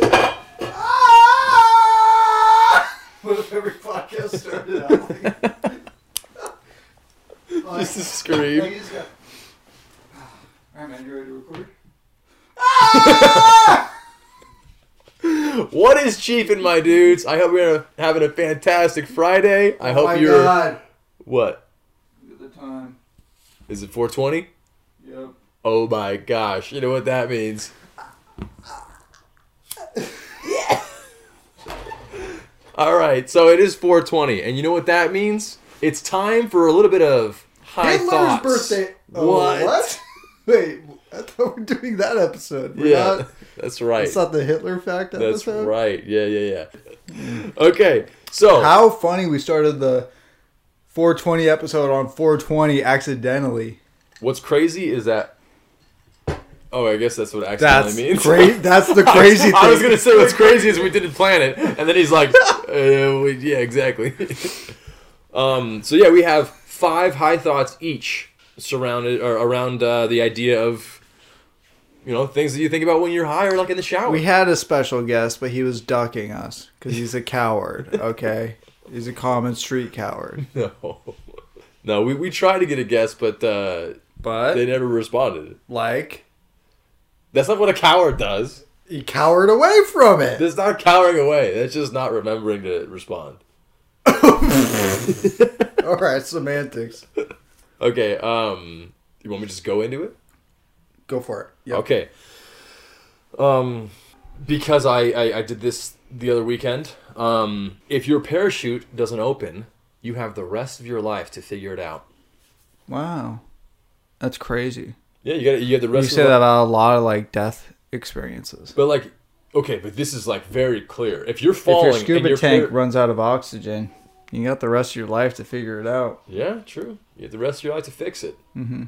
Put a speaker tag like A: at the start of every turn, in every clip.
A: Ah! started out. Like,
B: Just a
A: like,
B: scream.
A: you just go, Alright, man, you ready to record?
B: What is cheaping, my dudes? I hope you're having a fantastic Friday. I hope
A: oh my
B: you're.
A: God.
B: What?
A: Look at the time.
B: Is it 420?
A: Yep.
B: Oh my gosh. You know what that means. All right, so it is 420, and you know what that means? It's time for a little bit of high
A: Hitler's
B: thoughts.
A: birthday. Oh,
B: what?
A: what? Wait, I thought we are doing that episode. We're
B: Yeah,
A: not,
B: that's right.
A: That's not the Hitler fact
B: That's
A: episode.
B: right. Yeah, yeah, yeah. Okay, so
A: How funny we started the 420 episode on 420 accidentally.
B: what's crazy is that. Oh, I guess that's what accidentally
A: That's
B: means.
A: great. That's the
B: I was-
A: crazy
B: I was
A: thing.
B: gonna say what's crazy is we didn't plan it, and then he's like, uh, we, "Yeah, exactly." um, so yeah, we have five high thoughts each surrounded or around uh, the idea of, you know, things that you think about when you're high or like in the shower.
A: We had a special guest, but he was ducking us because he's a coward. Okay, he's a common street coward.
B: no, no, we we tried to get a guess, but uh, they
A: But
B: never responded.
A: like,
B: That's not what a coward does.
A: he cowered away from it.
B: That's not cowering away. That's just not remembering to respond.
A: All right, semantics.
B: Okay. Um, you want me to just go into it?
A: Go for it. Yep.
B: Okay. Um, because I, I I did this the other weekend. Um, if your parachute doesn't open, you have the rest of your life to figure it out.
A: Wow, that's crazy.
B: Yeah, you got you got the rest.
A: you
B: of
A: say
B: your
A: that
B: life.
A: about a lot of like death experiences.
B: but like, okay, but this is like very clear. If you're
A: If
B: falling,
A: your
B: and
A: scuba
B: your
A: tank
B: par-
A: runs out of oxygen, you got the rest of your life to figure it out.
B: yeah, true. You have the rest of your life to fix it. Mm-hmm.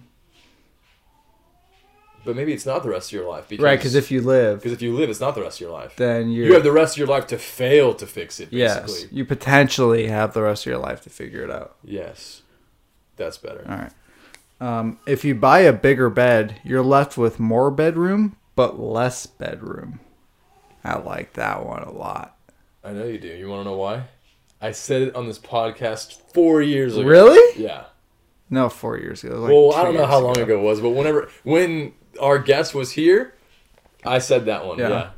B: But maybe it's not the rest of your life because
A: Right, because if you live,
B: because if you live, it's not the rest of your life.
A: then you're,
B: you have the rest of your life to fail to fix it. Basically.
A: yes, you potentially have the rest of your life to figure it out.
B: Yes. That's better.
A: All right. Um, if you buy a bigger bed, you're left with more bedroom but less bedroom. I like that one a lot.
B: I know you do. You want to know why? I said it on this podcast four years ago.
A: Really?
B: Yeah.
A: No, four years ago. It was like
B: Well,
A: two
B: I don't know
A: years
B: how long ago. it was, but whenever when our guest was here, I said that one. Yeah.
A: Yeah.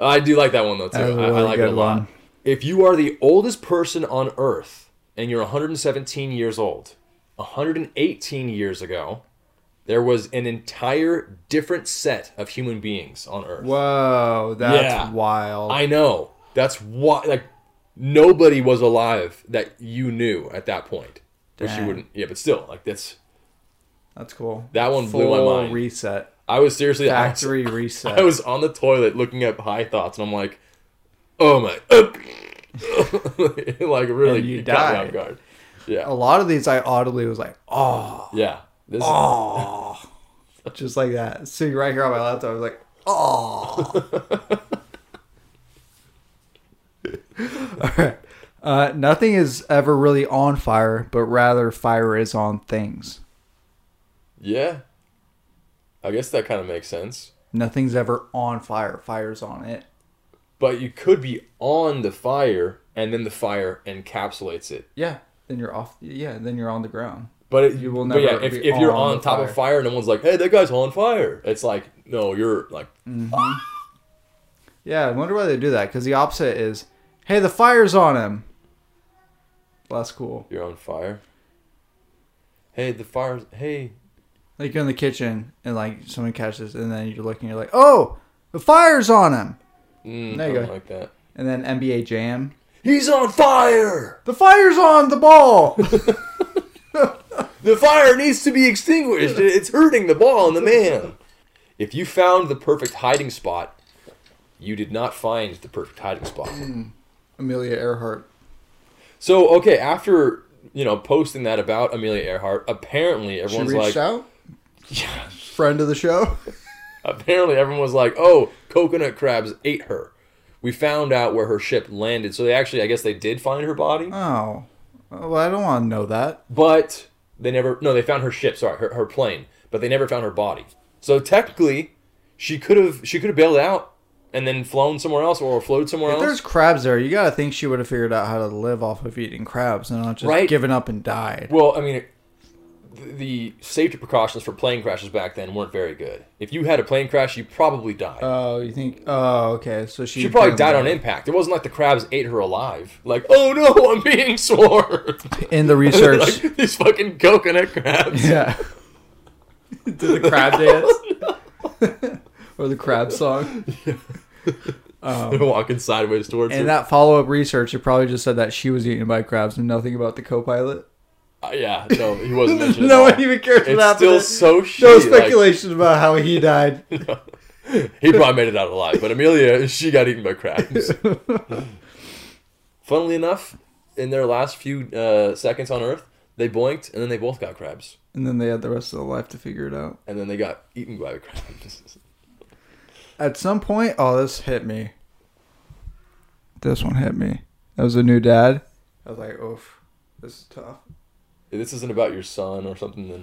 B: I do like that one though too.
A: That was a
B: I, I
A: really
B: like it a
A: good
B: lot.
A: one.
B: If you are the oldest person on Earth and you're 117 years old, 118 years ago, there was an entire different set of human beings on Earth.
A: Whoa, that's
B: Yeah.
A: wild.
B: I know. That's why like nobody was alive that you knew at that point. Which you
A: Dang.
B: wouldn't yeah, but still, like that's
A: that's cool.
B: That one blew my
A: Full
B: mind.
A: Reset.
B: I was seriously I was,
A: Factory reset.
B: I was on the toilet looking up high thoughts and I'm like, Oh my like really
A: And you
B: it got me
A: died.
B: off guard.
A: a
B: Yeah.
A: lot of these I audibly was like, oh,
B: Yeah. This is,
A: oh, just like that. Sitting right here on my laptop, I was like, oh. All right. Uh, nothing is ever really on fire, but rather fire is on things.
B: yeah. I guess that kind of makes sense.
A: Nothing's ever on fire. Fire's on it.
B: But you could be on the fire and then the fire encapsulates it.
A: Yeah. Then you're off. Yeah. Then you're on the ground.
B: But it,
A: You will
B: But yeah,
A: never
B: if,
A: be
B: if you're
A: on
B: on
A: the
B: top of fire and no one's like, "Hey, that guy's on fire," it's like, no, you're like,
A: Mm. Yeah. I wonder why they do that because the opposite is, hey, the fire's on him. Less cool.
B: you're on fire. Hey, the fire's Hey,
A: Like you're in the kitchen and like someone catches and then you're looking, you're like, oh, the fire's on him.
B: mm,
A: There you
B: something
A: go.
B: like that.
A: And then NBA Jam,
B: He's on fire.
A: the fire's on the ball.
B: The fire needs to be extinguished. It- It's hurting the ball and the man. If you found the perfect hiding spot, you did not find the perfect hiding spot.
A: Mm. Amelia Earhart.
B: So okay, after you know posting that about Amelia Earhart, apparently
A: She
B: everyone's
A: reached
B: like,
A: out. Friend of the show.
B: Apparently, everyone was like, "Oh, coconut crabs ate her." We found out where her ship landed, so they actually, I guess, they did find her body,
A: Oh, well, I don't want to know that.
B: but they never. No, they found her ship. Sorry, her, her plane, but they never found her body. So technically, she could have she could have bailed out and then flown somewhere else or floated somewhere
A: If
B: else.
A: there's crabs there, you gotta think she would have figured out how to live off of eating crabs and not just
B: Right.
A: given up and died.
B: Well, I mean, it- the safety precautions for plane crashes back then weren't very good. If you had a plane crash, you probably died.
A: Oh, you think? Oh, okay. So she
B: she probably died on impact. It wasn't like the crabs ate her alive. Like, oh no, I'm being swarmed.
A: in the research.
B: like these fucking coconut crabs.
A: yeah. Did the crab dance or the crab song?
B: They're walking sideways towards her.
A: In that follow up research, it probably just said that she was eaten by crabs and nothing about the co-pilot.
B: Uh, yeah, no, he wasn't mentioned. at
A: no
B: all.
A: one even cares
B: It's
A: about
B: still
A: that.
B: so shitty.
A: no
B: like,
A: speculation about how he died.
B: he probably made it out alive, but Amelia, she got eaten by crabs. Funnily enough, in their last few uh, seconds on Earth, they blinked and then they both got crabs,
A: and then they had the rest of their life to figure it out.
B: and then they got eaten by crabs.
A: At some point, oh, this hit me. This one hit me. That was a new dad. I was like, oof, this is tough.
B: this isn't about your son or something. Then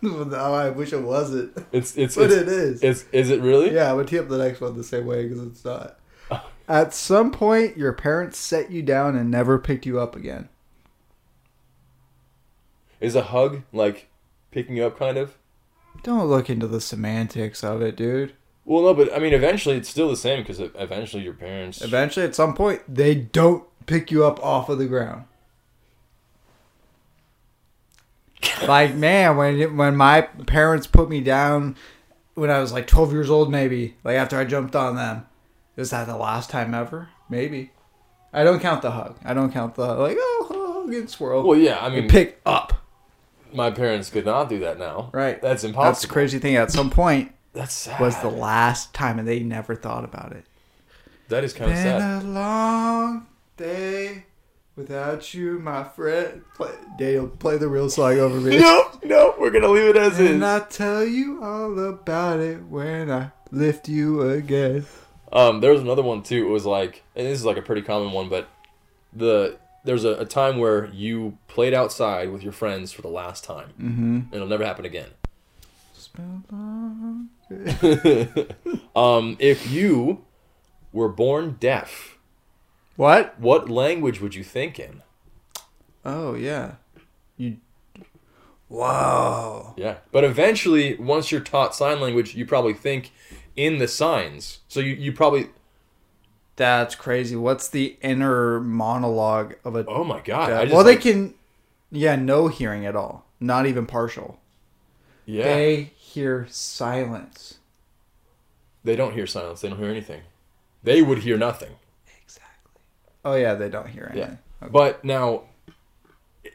A: no, I wish it wasn't,
B: it's it's
A: but
B: it's,
A: it is.
B: it's is it really?
A: yeah, I would tee up the next one the same way because it's not. At some point, your parents set you down and never picked you up again.
B: Is a hug like picking you up kind of?
A: Don't look into the semantics of it, dude.
B: Well, no, but I mean, eventually it's still the same because eventually your parents.
A: Eventually, at some point, they don't pick you up off of the ground. like man, when when my parents put me down when I was like 12 years old, maybe like after I jumped on them, is that the last time ever? Maybe. I don't count the hug. I don't count the like oh hug and swirl.
B: Well, yeah, I mean,
A: pick up.
B: my parents could not do that now.
A: Right.
B: That's impossible.
A: That's the crazy thing. At some point,
B: That's sad.
A: was the last time, and they never thought about it.
B: that is kind of
A: Been
B: sad.
A: a long day without you, my friend. Play, Daniel, play the real song over me.
B: No, no, we're gonna leave it as
A: And
B: is.
A: I'll tell you all about it when I lift you again.
B: Um, there was another one too. It was like, and this is like a pretty common one, but the there's a, a time where you played outside with your friends for the last time,
A: Mm-hmm.
B: and it'll never happen again.
A: It's been long.
B: Um, if you were born deaf,
A: What?
B: what language would you think in?
A: Oh yeah. You. Wow.
B: Yeah, but eventually, once you're taught sign language, you probably think in the signs. So you, you probably
A: That's crazy. What's the inner monologue of a?
B: oh my god! I
A: well,
B: just,
A: they
B: like-
A: can. Yeah, no hearing at all. Not even partial.
B: yeah
A: They hear silence.
B: they don't hear silence. They don't hear anything. They would hear nothing.
A: Exactly. Oh yeah, they don't hear
B: Yeah.
A: anything.
B: But now,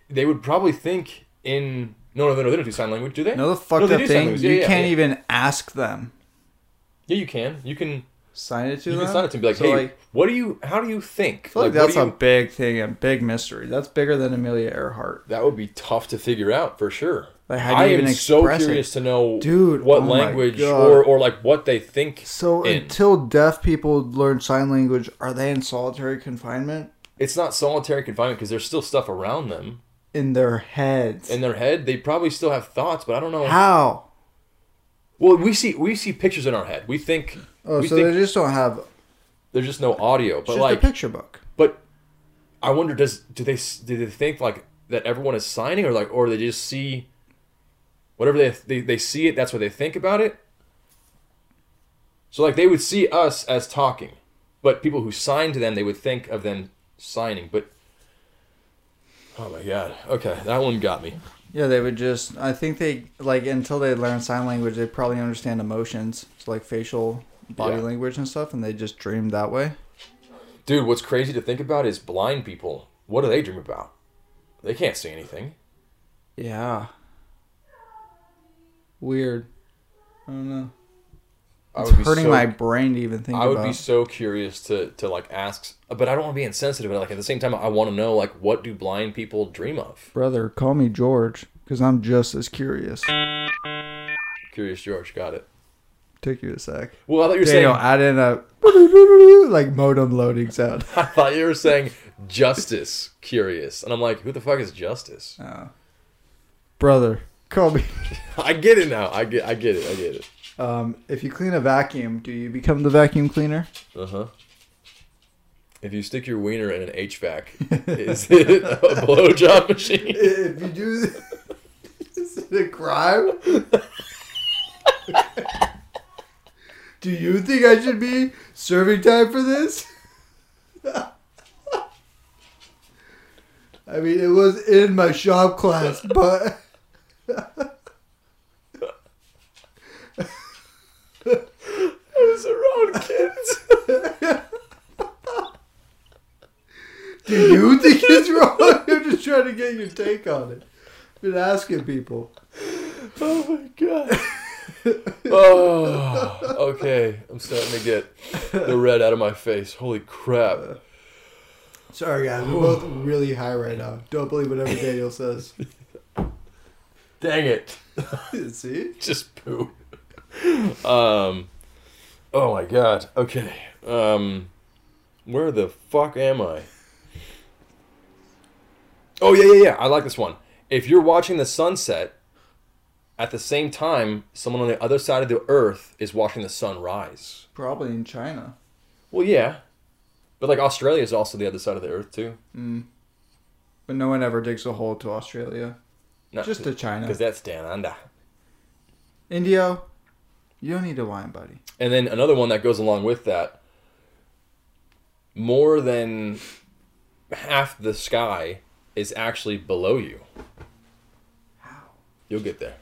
B: they would probably think in no, no, no, they don't do sign language, do they?
A: No, the fucked
B: they
A: up
B: do sign
A: thing.
B: language. Yeah,
A: you
B: yeah,
A: can't
B: yeah.
A: even ask them.
B: Yeah, you can. You can.
A: Sign it to
B: You
A: them.
B: can sign it to be like,
A: So,
B: hey,
A: like-
B: what do you? How do you think?
A: I feel like,
B: what
A: that's
B: do
A: a
B: you-
A: big thing, a big mystery. That's bigger than Amelia Earhart.
B: that would be tough to figure out for sure.
A: Like, how do you
B: I
A: even
B: am so
A: express it?
B: curious to know,
A: Dude,
B: what
A: oh my
B: language
A: God.
B: or or like what they think.
A: So
B: in.
A: until deaf people learn sign language, are they in solitary confinement
B: it's not solitary confinement because there's still stuff around them
A: in their heads?
B: in their head. They probably still have thoughts, but I don't know.
A: How?
B: Well, we see we see pictures in our head. We think
A: Oh,
B: we
A: so
B: think
A: they just don't have it's
B: there's just no audio, but
A: just
B: like
A: a picture book.
B: But I wonder does do they do they think like that everyone is signing or like or they just see whatever they they, they see it that's what they think about it. So like they would see us as talking, but people who sign to them they would think of them signing. But oh my god, okay, that one got me.
A: Yeah, they would just. I think they like until they learn sign language, they probably understand emotions, so like facial, body
B: Yeah.
A: language and stuff, and they just dream that way.
B: Dude, what's crazy to think about is blind people. What do they dream about? They can't see anything.
A: Yeah. Weird. I don't know.
B: I
A: It's
B: would be
A: hurting
B: so
A: my brain to even think
B: I would
A: about.
B: be so curious to to like ask, but I don't want to be insensitive. But like at the same time, I want to know like what do blind people dream of?
A: Brother, call me George, because I'm just as curious.
B: Curious George, got it.
A: Take you a sec.
B: Well, I thought you were
A: Daniel,
B: saying
A: add in a like modem loading sound.
B: I thought you were saying justice curious, and I'm like, who the fuck is justice?
A: Oh. Brother, call me.
B: I get it now. I get I get it. I get it.
A: Um, if you clean a vacuum, do you become the vacuum cleaner?
B: Uh huh. If you stick your wiener in an HVAC, is it a blowjob machine?
A: If you do, is it a crime? do you think I should be serving time for this? I mean, it was in my shop class, but.
B: It's around kids.
A: Do you think it's wrong? I'm just trying to get your take on it. Been asking people.
B: Oh my god. Oh, okay. I'm starting to get the red out of my face. Holy crap.
A: Sorry, guys. We're both really high right now. Don't believe whatever Daniel says.
B: Dang it.
A: See?
B: Just poo. Um. Oh my god. Okay. Um. Where the fuck am I? Oh yeah, yeah, yeah. I like this one. If you're watching the sunset, at the same time, someone on the other side of the earth is watching the sun rise.
A: Probably in China.
B: Well, yeah, but like Australia is also the other side of the earth too.
A: But no one ever digs a hole to Australia.
B: Not
A: Just to China.
B: because that's down under.
A: Indio, you don't need a wine, buddy.
B: And then another one that goes along with that more than half the sky is actually below you.
A: How?
B: You'll get there.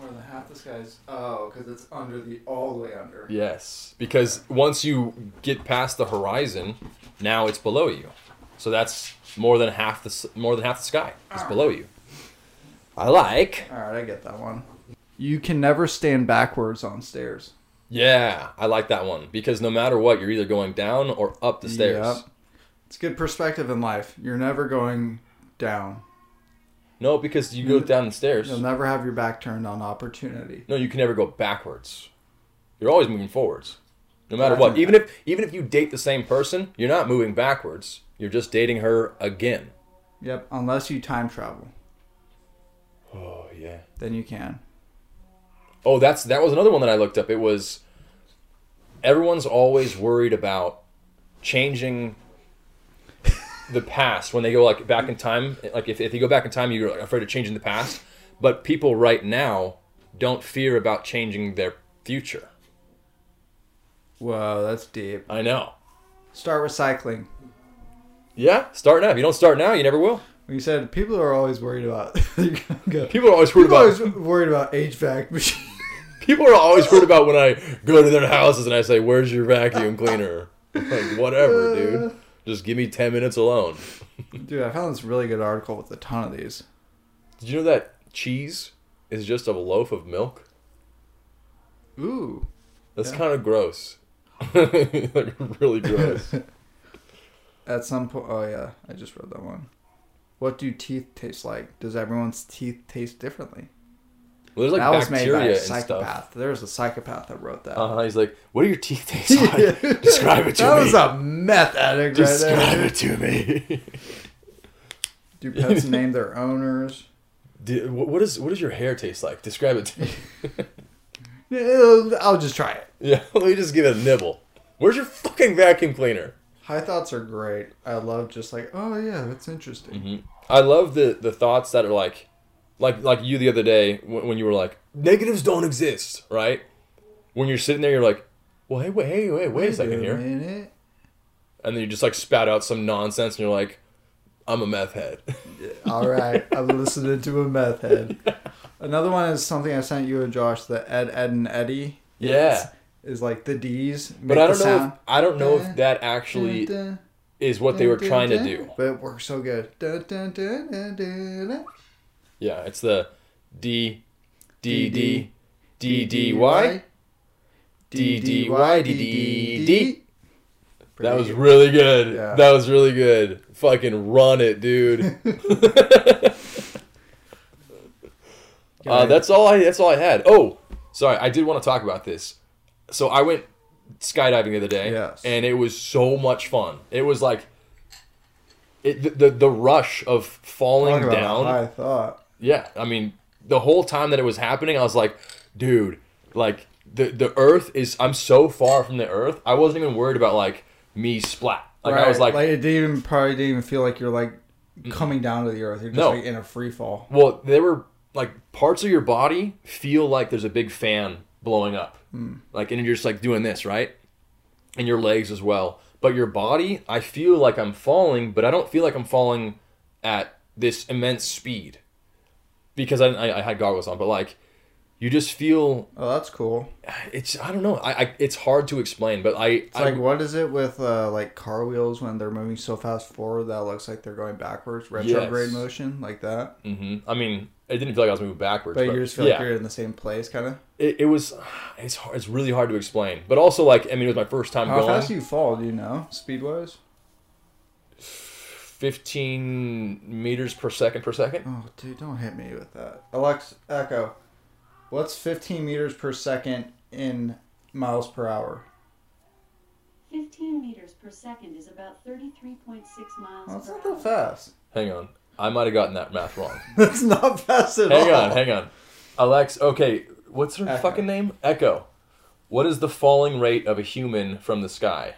A: More than half this guy's. Oh, because it's under the. all the way under.
B: Yes. Because once you get past the horizon, now it's below you. So that's more than half the s- more than half the sky is
A: Ah.
B: below you. I like.
A: Alright, I get that one. You can never stand backwards on stairs.
B: Yeah, I like that one because no matter what, you're either going down or up the stairs.
A: Yep. It's good perspective in life. You're never going down.
B: No, because you go down the stairs.
A: You'll never have your back turned on opportunity.
B: No, you can never go backwards. You're always moving forwards, no matter what. Even if even if you date the same person, you're not moving backwards. You're just dating her again.
A: Yep, unless you time travel,
B: Oh yeah.
A: then you can.
B: Oh, that's that was another one that I looked up. It was everyone's always worried about changing the past when they go like back in time. Like if, if you go back in time, you're like, afraid of changing the past. But people right now don't fear about changing their future.
A: Whoa, that's deep.
B: I know.
A: Start recycling.
B: Yeah, start now. If you don't start now, you never will.
A: When you said people are always worried about, people
B: People are always worried
A: are always
B: about
A: worried about HVAC machine.
B: People are always worried about when I go to their houses and I say, "Where's your vacuum cleaner?" Like whatever, dude. Just give me ten minutes alone.
A: Dude, I found this really good article with a ton of these.
B: Did you know that cheese is just a loaf of milk?
A: Ooh,
B: That's kind of gross. like really gross.
A: at some point. Oh yeah, I just read that one. What do teeth taste like? Does everyone's teeth taste differently?
B: Well, there's like
A: that was made by
B: bacteria
A: a
B: and stuff.
A: psychopath. There was a psychopath that wrote that.
B: Uh-huh. He's like, "What do your teeth taste like? Describe it to
A: that
B: me.
A: was a meth addict right
B: Describe
A: there.
B: it to me."
A: Do pets name their owners?
B: Dude, wh- what is what does your hair taste like? Describe it to me.
A: Yeah, I'll just try it.
B: Yeah, let me just give it a nibble. Where's your fucking vacuum cleaner?
A: High thoughts are great. I love just like, oh yeah, that's interesting.
B: I love the the thoughts that are like, like like you the other day when, when you were like, negatives don't exist, right? When you're sitting there, you're like, well, hey, wait, hey, wait, wait a second here,
A: minute.
B: and then you just like spat out some nonsense, and you're like, I'm a meth head.
A: All right, I'm listening to a meth head. Another one is something I sent you and Josh. The Ed, Ed, and Eddie.
B: yeah,
A: Is like the D's. Make
B: but I don't
A: the
B: know. If,
A: sound.
B: I don't know
A: Dun,
B: if that actually
A: Dun, dun,
B: is what they were
A: dun,
B: trying to
A: dun.
B: do.
A: But it works so good. Dun, dun, dun, dun, dun, dun.
B: Yeah, it's the D D D D D Y. D, D, Y, D, D, D. That was
A: Pretty-
B: really good.
A: Yeah.
B: That was really good. Fucking run it, dude. Uh, that's all I. That's all I had. Oh, sorry. I did want to talk about this. So I went skydiving the other day,
A: Yes.
B: and it was so much fun. It was like, it the the, the rush of
A: Talk
B: falling
A: about
B: down.
A: a high thought.
B: Yeah, I mean, the whole time that it was happening, I was like, dude, like the the Earth is. I'm so far from the Earth. I wasn't even worried about like me splat. Like I was like,
A: it didn't even, probably didn't even feel like you're like coming down to the earth. You're just
B: No.
A: like in a free fall.
B: well, they were like parts of your body feel like there's a big fan blowing up,
A: Hmm.
B: like and you're just like doing this right, and your legs as well. But your body, I feel like I'm falling, but I don't feel like I'm falling at this immense speed because I I, I had goggles on. But like, you just feel
A: Oh, that's cool.
B: it's I don't know. I, I it's hard to explain, but I,
A: It's
B: I
A: like what is it with uh, like car wheels when they're moving so fast forward that it looks like they're going backwards, retrograde
B: Yes.
A: motion like that.
B: hmm I mean, it didn't feel like I was moving backwards.
A: But
B: But,
A: you just feel
B: yeah,
A: like you're in the same place, kind of.
B: it, it was. It's hard, it's really hard to explain. But also, like, I mean, it was my first time
A: How
B: going.
A: fast do you fall? Do you know speed wise?
B: Fifteen meters per second per second.
A: Oh, dude, don't hit me with that. Alex, Echo, what's 15 meters per second in miles per hour?
C: 15 meters per second is about 33.6 miles
A: That's
C: per
A: not
C: hour.
A: that fast.
B: Hang on, I might have gotten that math wrong.
A: That's not fast at
B: hang
A: all.
B: on, hang on. Alex, okay, what's her
A: Echo.
B: fucking name? Echo. What is the falling rate of a human from the sky?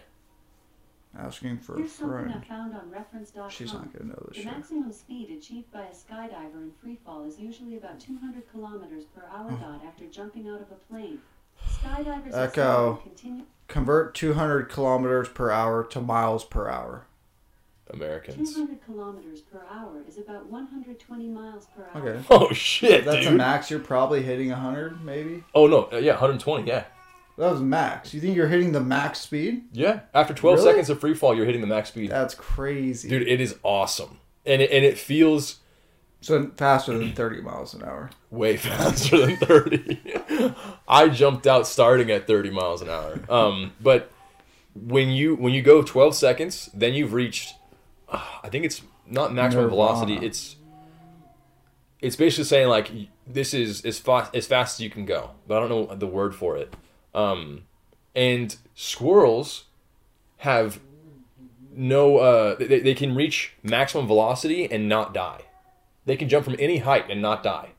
A: Asking for a
C: Here's something I
A: friend.
C: found on reference.com.
A: She's not gonna know this
C: The
A: shit.
C: maximum speed achieved by a skydiver in free fall is usually about 200 kilometers per hour.
A: Hmm.
C: Dot after jumping out of a plane, skydivers are
A: Echo.
C: said to continue
A: Convert 200 kilometers per hour to miles per hour.
B: Americans.
C: 200 kilometers per hour is about 120 miles per hour.
A: Okay.
B: Oh shit,
A: If that's
B: dude.
A: a max, you're probably hitting 100, maybe?
B: oh no, yeah, 120, yeah.
A: That was max. You think you're hitting the max speed?
B: Yeah, after 12
A: Really?
B: seconds of free fall, you're hitting the max speed.
A: That's crazy.
B: Dude, it is awesome. And it, and it feels
A: So faster than 30 miles an hour.
B: way faster than 30. I jumped out starting at 30 miles an hour. Um, but when you when you go 12 seconds, then you've reached uh, I think it's not maximum
A: Nirvana.
B: velocity, it's it's basically saying like y- this is as fast as fast as you can go. But I don't know the word for it. Um, and squirrels have no uh they, they can reach maximum velocity and not die. They can jump from any height and not die.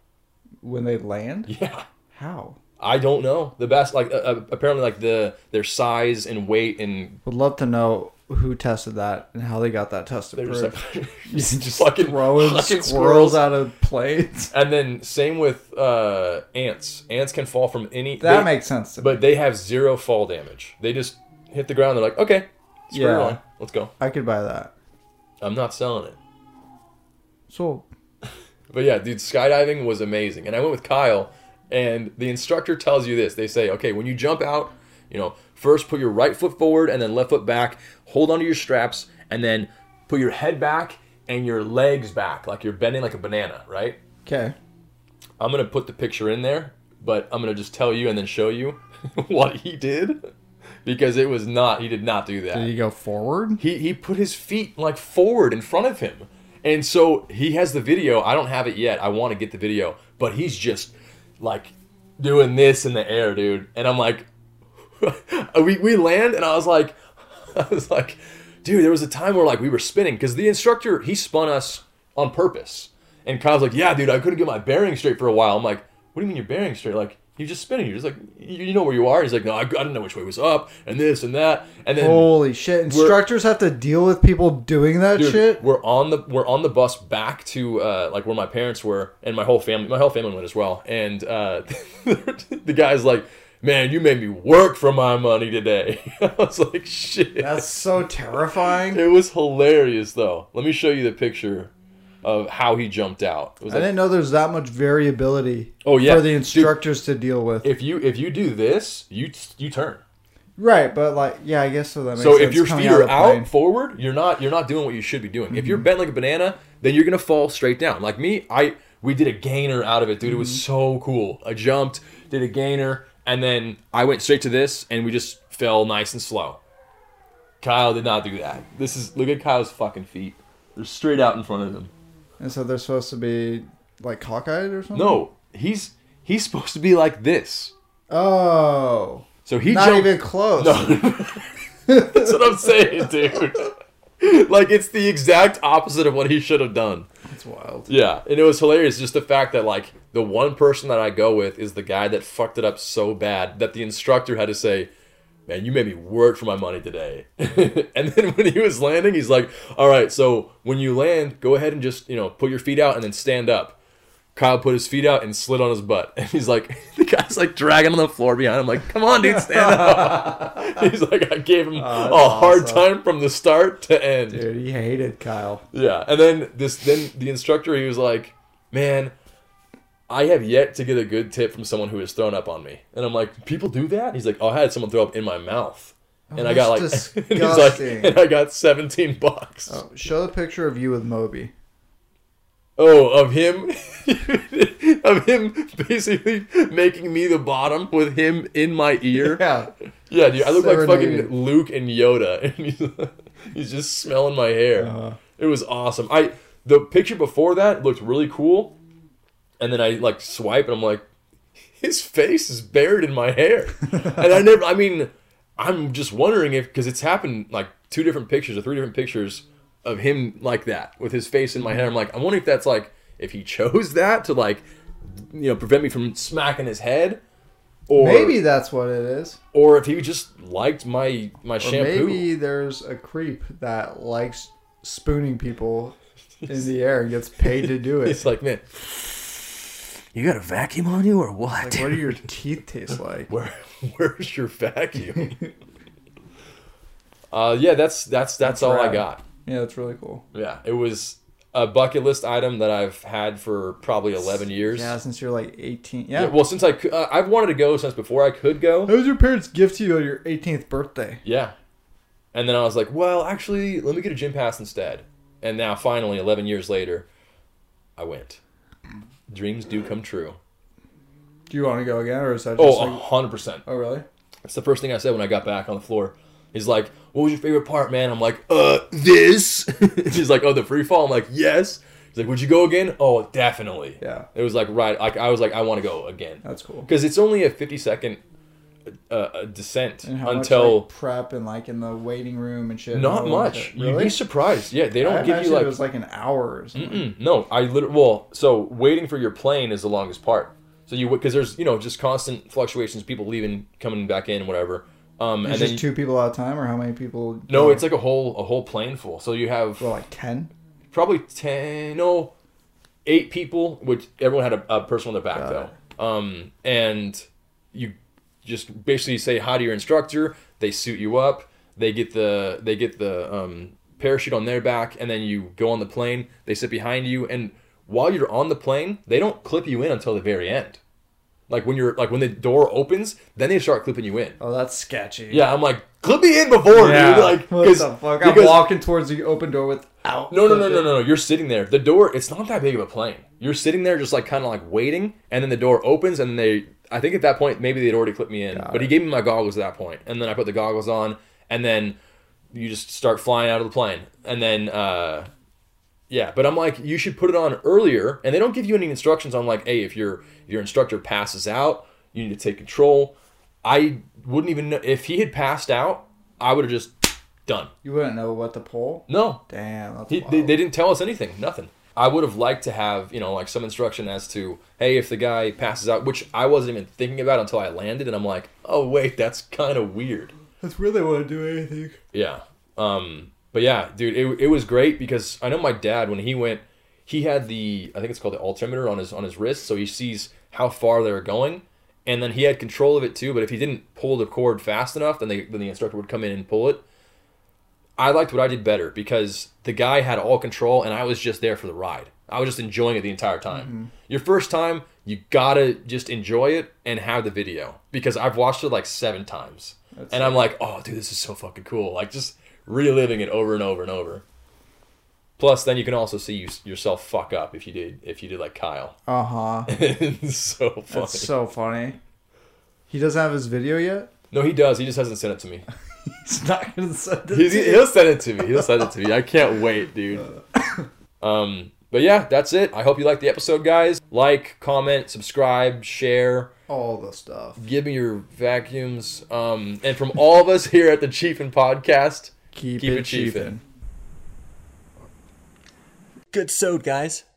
A: When they land?
B: Yeah.
A: How?
B: I don't know. The best like uh, uh, apparently like the their size and weight and
A: Would love to know who tested that and how they got that tested.
B: they're
A: proof.
B: just like,
A: You can just
B: fucking-
A: throwing
B: fucking
A: squirrels
B: squirrels.
A: out of planes.
B: and then same with uh ants. Ants can fall from any
A: That
B: they-
A: makes sense to me.
B: but they have zero fall damage. They just hit the ground they're like, "Okay, screw
A: Yeah.
B: yeah. on. Let's go."
A: I could buy that.
B: I'm not selling it.
A: So
B: But yeah, dude, skydiving was amazing. And I went with Kyle, and the instructor tells you this. They say, okay, when you jump out, you know, first put your right foot forward and then left foot back, hold onto your straps, and then put your head back and your legs back, like you're bending like a banana, right?
A: okay,
B: I'm gonna put the picture in there, but I'm gonna just tell you and then show you what he did. Because it was not, he did not do that
A: did you go forward?
B: he he put his feet like forward in front of him and so he has the video i don't have it yet i want to get the video but he's just like doing this in the air dude and i'm like we, we land and i was like i was like dude there was a time where like we were spinning because the instructor he spun us on purpose and kyle's like yeah dude i couldn't get my bearing straight for a while i'm like what do you mean you're bearing straight like you're just spinning you're just like you, you know where you are he's like no I, I didn't know which way was up and this and that and then
A: Holy shit! Instructors have to deal with people doing that
B: Dude,
A: shit.
B: We're on the we're on the bus back to uh, like where my parents were and my whole family my whole family went as well. And uh, the guy's like, Man, you made me work for my money today. I was like, shit.
A: That's so terrifying.
B: it was hilarious though. Let me show you the picture of how he jumped out. It was
A: I
B: like,
A: didn't know there's that much variability.
B: Oh, yeah.
A: for the
B: Dude.
A: instructors to deal with.
B: if you if you do this, you you turn.
A: right, but like, yeah, I guess so. That makes
B: So if
A: sense
B: your
A: coming
B: feet are
A: of the
B: out,
A: plane. Mm-hmm.
B: forward, you're not you're not doing what you should be doing. If you're bent like a banana, then you're gonna fall straight down. Like me, I we did a gainer out of it, dude. It
A: Mm-hmm.
B: was so cool. I jumped, did a gainer, and then I went straight to this, and we just fell nice and slow. Kyle did not do that. This is look at Kyle's fucking feet. They're straight out in front of him.
A: and so they're supposed to be like cockeyed or something.
B: No, he's he's supposed to be like this.
A: Oh,
B: So he
A: not
B: jumped.
A: even close.
B: That's what I'm saying, dude. like it's the exact opposite of what he should have done.
A: That's wild.
B: Yeah, and it was hilarious just the fact that like the one person that I go with is the guy that fucked it up so bad that the instructor had to say, "Man, you made me work for my money today." and then when he was landing, he's like, "All right, so when you land, go ahead and just, you know, put your feet out and then stand up." Kyle put his feet out and slid on his butt. And he's like, the guy's like dragging on the floor behind him, like, come on, dude, stand up. he's like, I gave him
A: Oh, that's
B: a hard
A: awesome.
B: time from the start to end.
A: Dude, he hated Kyle.
B: Yeah, and then this, then the instructor, he was like, "Man, I have yet to get a good tip from someone who has thrown up on me." And I'm like, "People do that?" He's like, "Oh, I had someone throw up in my mouth." and I got like,
A: Oh, that's
B: and he's like,
A: disgusting.
B: and I got 17 bucks. Oh,
A: Oh, show the picture of you with Moby.
B: Oh, of him, of him basically making me the bottom with him in my ear.
A: Yeah.
B: Yeah, dude, I look like
A: Serenaded.
B: fucking Luke and Yoda, and he's, he's just smelling my hair.
A: Uh-huh.
B: It was awesome. I the picture before that looked really cool, and then I like swipe, and I'm like, his face is buried in my hair, and I never. I mean, I'm just wondering if because it's happened like two different pictures or three different pictures of him like that with his face in my hair. I'm like, I'm wondering if that's like if he chose that to like you know prevent me from smacking his head. Or,
A: Maybe that's what it is.
B: or if he just liked my my
A: Or
B: shampoo.
A: maybe there's a creep that likes spooning people in the air and gets paid to do it.
B: It's like, man, you got a vacuum on you or what?
A: Like, what do your teeth taste like?
B: Where, where's your vacuum? uh, yeah, that's that's that's all I
A: rad.
B: got.
A: Yeah, that's really cool.
B: Yeah, it was a bucket list item that I've had for probably eleven years.
A: Yeah, since you're like 18.
B: Yeah,
A: Yeah.
B: well, since I cou- uh, I've wanted to go since before I could
A: that
B: go.
A: was your parents' gift to you on your 18th birthday.
B: Yeah, and then I was like, well, actually, let me get a gym pass instead. And now, finally, eleven years later, I went. Dreams do come true.
A: Do you want to go again, or is that just
B: Oh,
A: like,
B: hundred percent.
A: oh really?
B: That's the first thing I said when I got back on the floor. He's like, "What was your favorite part, man?" I'm like, "Uh, this." He's like, "Oh, the free fall." I'm like, "Yes." He's like, "Would you go again?" Oh, definitely.
A: Yeah.
B: It was like right. Like I was like, I want to go again
A: That's cool.
B: because it's only a 50 second uh, uh, descent
A: And how
B: until
A: much, like, prep and like in the waiting room and shit. and all
B: not
A: that
B: much.
A: shit?
B: You'd
A: Oh, Really?
B: be surprised. Yeah, they don't
A: I
B: give you
A: imagine
B: like
A: it was like an hour or something.
B: Mm, no, I literally. Well, so waiting for your plane is the longest part. So you because there's you know just constant fluctuations, people leaving, coming back in, whatever. Um, and
A: It's
B: then
A: just two people at a time, or how many people?
B: no, it's like a whole a whole plane full. So you have
A: well, like ten.
B: probably ten, no, eight people. Which everyone had a, a person on their back
A: Got
B: though. Um, and you just basically say hi to your instructor. They suit you up. They get the they get the um, parachute on their back, and then you go on the plane. They sit behind you, and while you're on the plane, they don't clip you in until the very end. Like when you're like when the door opens, then they start clipping you in.
A: Oh, that's sketchy.
B: Yeah, I'm like clip me in before, dude. Like
A: what
B: 'cause-
A: the fuck? I'm
B: because-
A: walking towards the open door without.
B: no, no, no, no, no, no. You're sitting there. The door. It's not that big of a plane. You're sitting there, just like kind of like waiting, and then the door opens, and they. I think at that point maybe they'd already clipped me in, but he gave me my goggles at that point, and then I put the goggles on, and then you just start flying out of the plane, and then uh, yeah. But I'm like, you should put it on earlier, and they don't give you any instructions on like, hey, if your your instructor passes out, you need to take control. I wouldn't even know if he had passed out. I would have just done.
A: You wouldn't know what to pull.
B: No,
A: Damn, that's
B: he,
A: wild.
B: they, they didn't tell us anything, nothing. I would have liked to have, you know, like some instruction as to, hey, if the guy passes out, which I wasn't even thinking about until I landed, and I'm like, oh wait, that's kind of weird.
A: That's where they want to do anything.
B: Yeah. Um. But yeah, dude, it, it was great because I know my dad when he went, he had the I think it's called the altimeter on his on his wrist, so he sees how far they're going, and then he had control of it too. But if he didn't pull the cord fast enough, then they then the instructor would come in and pull it. I liked what I did better because the guy had all control and I was just there for the ride. I was just enjoying it the entire time. Your first time, you gotta just enjoy it and have the video because I've watched it like seven times. and I'm like, oh, dude, this is so fucking cool. Like just reliving it over and over and over. Plus, then you can also see you, yourself fuck up if you did if you did like Kyle.
A: Uh huh.
B: it's so funny.
A: That's so funny. He doesn't have his video yet.
B: no, he does. He just hasn't sent it to me.
A: He's not gonna send it.
B: He's,
A: to you.
B: he'll send it to me. He'll send it to me. I can't wait, dude.
D: Uh.
B: Um, but yeah, that's it. I hope you liked the episode, guys. Like, comment, subscribe, share.
A: All the stuff.
B: Give me your vacuums. Um, and from all of us here at the Chiefin Podcast,
A: Keep,
B: Keep
A: it,
B: it
A: it
B: chiefin'.
D: Good sewed, guys.